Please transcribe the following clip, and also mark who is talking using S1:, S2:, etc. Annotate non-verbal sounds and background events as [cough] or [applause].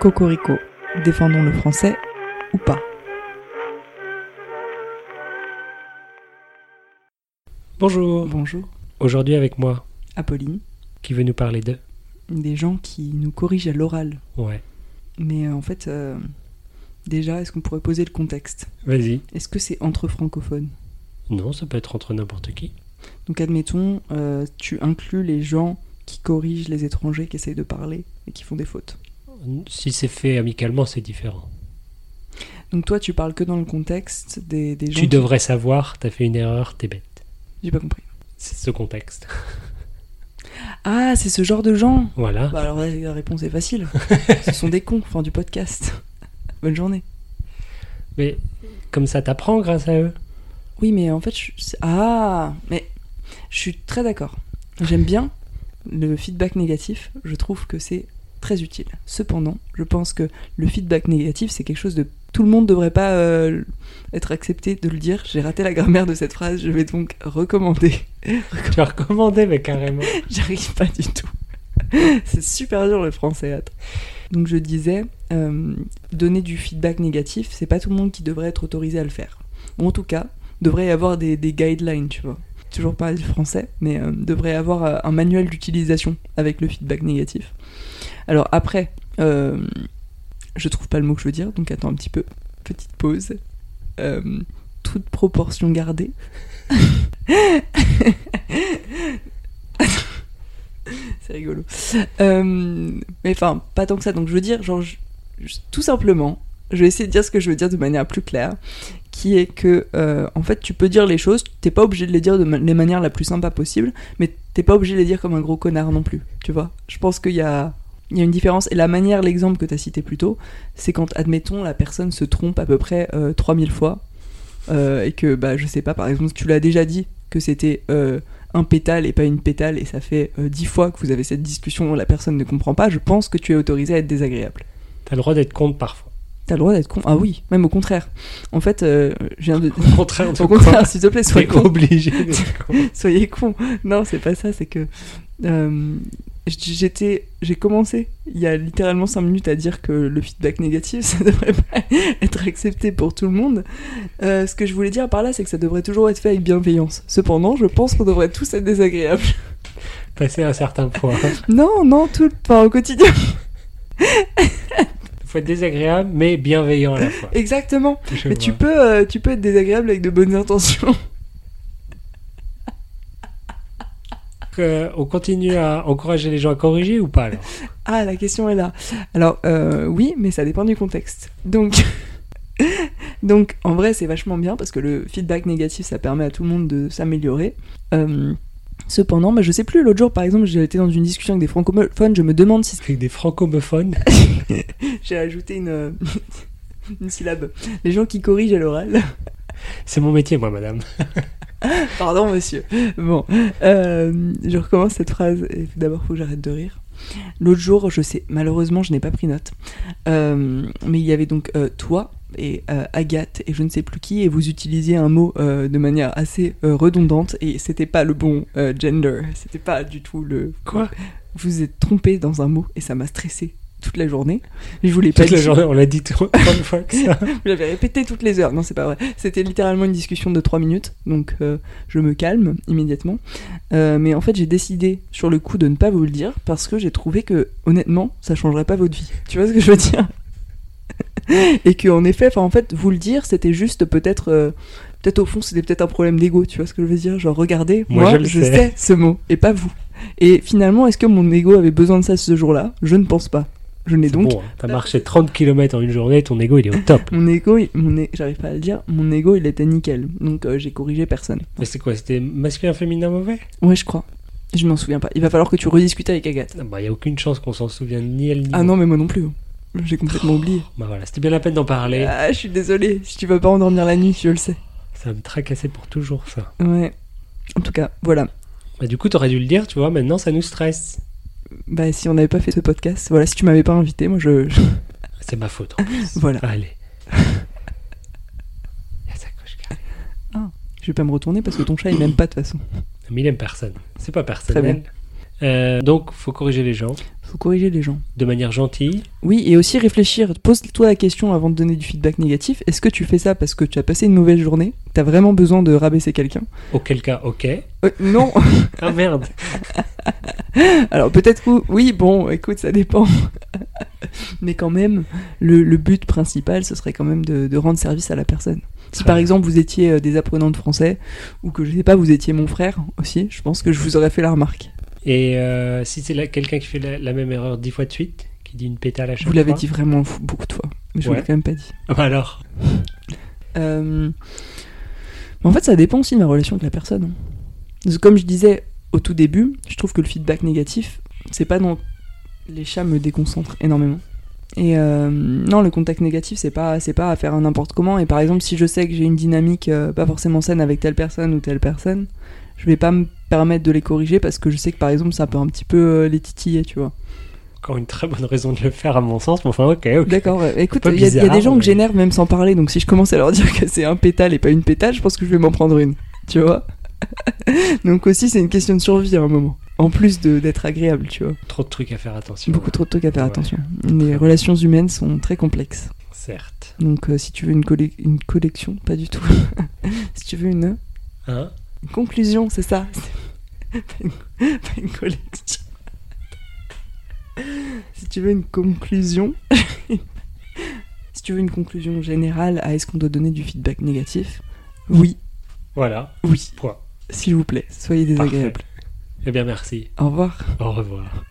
S1: Cocorico, défendons le français ou pas.
S2: Bonjour.
S1: Bonjour,
S2: Aujourd'hui avec moi,
S1: Apolline,
S2: qui veut nous parler de
S1: des gens qui nous corrigent à l'oral.
S2: Ouais.
S1: Mais euh, en fait, euh, déjà, est-ce qu'on pourrait poser le contexte
S2: Vas-y.
S1: Est-ce que c'est entre francophones
S2: Non, ça peut être entre n'importe qui.
S1: Donc admettons, euh, tu inclus les gens qui corrigent les étrangers qui essayent de parler et qui font des fautes.
S2: Si c'est fait amicalement, c'est différent.
S1: Donc toi, tu parles que dans le contexte des, des gens...
S2: Tu
S1: qui-
S2: devrais savoir, t'as fait une erreur, t'es bête.
S1: J'ai pas compris.
S2: C'est ce contexte. [laughs]
S1: Ah, c'est ce genre de gens
S2: Voilà.
S1: Bah alors là, la réponse est
S2: [laughs]
S1: facile. Ce sont des cons, fin du podcast. Bonne journée.
S2: Mais comme ça, t'apprends grâce à eux. [laughs]
S1: Oui, mais en fait, je... c'est- ah, mais je suis très d'accord. J'aime bien le feedback négatif. Je trouve que c'est très utile. Cependant, je pense que le feedback négatif, c'est quelque chose de tout le monde devrait pas euh, être accepté de le dire. J'ai raté la grammaire de cette phrase. Je vais donc recommander.
S2: tu as recommandé, mais carrément.
S1: [laughs] J'arrive pas du tout. C'est super dur le français. attends. Donc je disais, euh, donner du feedback négatif, c'est pas tout le monde qui devrait être autorisé à le faire. Ou en tout cas, devrait y avoir des, des guidelines, tu vois. Toujours pas du français, mais euh, devrait y avoir euh, un manuel d'utilisation avec le feedback négatif. Alors après, euh, je trouve pas le mot que je veux dire, donc attends un petit peu. Petite pause. Euh, toute proportion gardée. [laughs] C'est rigolo. Euh, mais enfin, pas tant que ça. Donc, je veux dire, genre, je- je- tout simplement, je vais essayer de dire ce que je veux dire de manière plus claire, qui est que, euh, en fait, tu peux dire les choses, t'es pas obligé de les dire de ma- les manières la plus sympa possible, mais t'es pas obligé de les dire comme un gros connard non plus, tu vois. Je pense qu'il y a, il y a une différence. Et la manière, l'exemple que t'as cité plus tôt, c'est quand, admettons, la personne se trompe à peu près euh, 3000 fois, euh, et que, bah, je sais pas, par exemple, tu l'as déjà dit que c'était... euh, un pétale et pas une pétale et ça fait euh, dix fois que vous avez cette discussion, la personne ne comprend pas, je pense que tu es autorisé à être désagréable.
S2: T'as le droit d'être con parfois.
S1: T'as le droit d'être con. Ah oui, même au contraire. En fait, euh, je viens
S2: [laughs]
S1: de.
S2: Au contraire, de
S1: Au
S2: con,
S1: contraire, s'il te plaît, sois
S2: t'es
S1: con.
S2: obligé d'être con.
S1: [laughs] Soyez con. Non, c'est pas ça, c'est que. euh, J'étais, j'ai commencé il y a littéralement cinq minutes à dire que le feedback négatif, [laughs] ça devrait pas être accepté pour tout le monde. Euh, ce que je voulais dire par là, c'est que ça devrait toujours être fait avec bienveillance. Cependant, je pense qu'on devrait tous être désagréables.
S2: [laughs] Passer à un certain point.
S1: Non, non, tout, pas au quotidien.
S2: Faut être désagréable, mais bienveillant à la fois.
S1: Exactement.
S2: Je
S1: Mais tu
S2: vois.
S1: peux, euh, tu peux être désagréable avec de bonnes intentions. [laughs]
S2: Euh, on continue à encourager les gens à corriger ou pas [laughs] alors
S1: Ah, la question est là. Alors, euh, oui, mais ça dépend du contexte. Donc, [laughs] donc en vrai, c'est vachement bien parce que le feedback négatif, ça permet à tout le monde de s'améliorer. Euh, cependant, bah, je sais plus, l'autre jour, par exemple, j'ai été dans une discussion avec des francophones, je me demande si [laughs]
S2: Avec des francophones
S1: j'ai ajouté une, euh, [laughs] une syllabe. Les gens qui corrigent à l'oral.
S2: C'est mon métier, moi, madame.
S1: [laughs] Pardon, monsieur. Bon, euh, je recommence cette phrase. et D'abord, faut que j'arrête de rire. L'autre jour, je sais, malheureusement, je n'ai pas pris note. Euh, mais il y avait donc euh, toi et euh, Agathe et je ne sais plus qui, et vous utilisiez un mot euh, de manière assez euh, redondante, et c'était pas le bon euh, gender. C'était pas du tout le.
S2: Quoi
S1: Vous êtes trompé dans un mot, et ça m'a stressé toute la journée. Je voulais pas
S2: Toute la
S1: dire-
S2: journée, on l'a dit [laughs] trop- tant de fois que ça.
S1: vous l'avez répété toutes les heures. Non, c'est pas vrai. C'était littéralement une discussion de 3 minutes, donc euh, je me calme immédiatement. Euh, mais en fait, j'ai décidé sur le coup de ne pas vous le dire parce que j'ai trouvé que, honnêtement, ça changerait pas votre vie. Tu vois ce que je veux dire Et que, en effet, enfin, en fait, vous le dire, c'était juste peut-être. euh, Peut-être au fond, c'était peut-être un problème d'ego, tu vois ce que je veux dire Genre, regardez,
S2: Moi,
S1: moi,
S2: je le
S1: je
S2: sais.
S1: sais ce mot, et pas vous. Et finalement, est-ce que mon ego avait besoin de ça ce jour-là Je ne pense pas. Je n'ai
S2: C'est
S1: donc
S2: bon, hein. t'as marché 30 km en une journée, ton ego, il est au
S1: [laughs]
S2: top.
S1: mon ego, il- mon é- j'arrive pas à le dire, mon ego il était nickel, donc euh, j'ai corrigé personne.
S2: Mais c'est quoi C'était masculin, féminin, mauvais
S1: Ouais, je crois. Je m'en souviens pas. Il va falloir que tu rediscutes avec Agathe.
S2: Il bah, y a aucune chance qu'on s'en souvienne ni elle ni
S1: Ah
S2: moi.
S1: non, mais moi non plus. J'ai complètement oublié.
S2: Bah voilà, c'était bien la peine d'en parler.
S1: Ah, je suis désolée. Si tu vas pas endormir la nuit, je le sais.
S2: Ça va me tracasser pour toujours, ça.
S1: Ouais. En tout cas, voilà.
S2: Bah, du coup, t'aurais dû le dire, tu vois, maintenant, ça nous stresse.
S1: Bah, si on n'avait pas fait ce podcast, voilà, si tu m'avais pas invité, moi je. je-
S2: C'est ma faute. en plus.
S1: Voilà. [laughs]
S2: Allez. Il y a sa coche carrée.
S1: Je vais pas me retourner parce que ton chat il m'aime pas de toute façon.
S2: Mais il aime personne. C'est pas
S1: Très
S2: personnel. Euh, donc, faut corriger les gens.
S1: faut corriger les gens.
S2: de manière gentille.
S1: Oui, et aussi réfléchir. Pose-toi la question avant de donner du feedback négatif. Est-ce que tu fais ça parce que tu as passé une mauvaise journée T'as vraiment besoin de rabaisser quelqu'un
S2: Auquel cas, ok.
S1: Euh, Non.
S2: Ah merde.
S1: Alors peut-être que oui, bon, écoute, ça dépend. [laughs] Mais quand même, le, le but principal, ce serait quand même de, de rendre service à la personne. Si
S2: Très
S1: par
S2: bien.
S1: exemple vous étiez euh, des apprenants de français, ou que je sais pas, vous étiez mon frère aussi, je pense que je vous aurais fait la remarque.
S2: Et euh, si c'est là quelqu'un qui fait la, la même erreur dix fois de suite, qui dit une pétale à chaque
S1: Vous l'avez
S2: fois.
S1: dit vraiment fou- beaucoup de fois, mais je vous l'ai
S2: Ouais.
S1: quand même pas dit.
S2: Ah bah alors.
S1: Euh, Mais en fait, ça dépend aussi de ma relation avec la personne. hein. Parce que Comme je disais au tout début, je trouve que le feedback négatif, c'est pas dans. Les chats me déconcentrent énormément. Et euh, non, le contact négatif, c'est pas, c'est pas à faire un n'importe comment. Et par exemple, si je sais que j'ai une dynamique euh, pas forcément saine avec telle personne ou telle personne, je vais pas me permettre de les corriger parce que je sais que par exemple, ça peut un petit peu euh, les titiller, tu vois.
S2: Encore une très bonne raison de le faire à mon sens, mais enfin ok, ok.
S1: D'accord, ouais. écoute,
S2: Un peu
S1: il y, a- il y a
S2: bizarre,
S1: des gens
S2: mais-
S1: que j'énerve même sans parler, donc si je commence à leur dire que c'est un pétale et pas une pétale, je pense que je vais m'en prendre une, tu vois. [laughs] donc aussi, c'est une question de survie à un moment, en plus de- d'être agréable, tu vois.
S2: Trop de trucs à faire attention.
S1: Beaucoup trop de trucs à faire
S2: Ouais.
S1: attention. Les relations humaines sont très complexes.
S2: Certes.
S1: Donc euh, si tu veux une, colle- une collection, pas du tout. [laughs] si tu veux une,
S2: Hein
S1: une conclusion, c'est ça. [laughs] C'est- pas, une... pas une collection. si tu veux une conclusion, [laughs] si tu veux une conclusion générale à est-ce qu'on doit donner du feedback négatif, oui,
S2: Voilà.
S1: oui,
S2: Point.
S1: s'il vous plaît, soyez désagréable.
S2: Eh bien merci.
S1: Au revoir.
S2: Au revoir.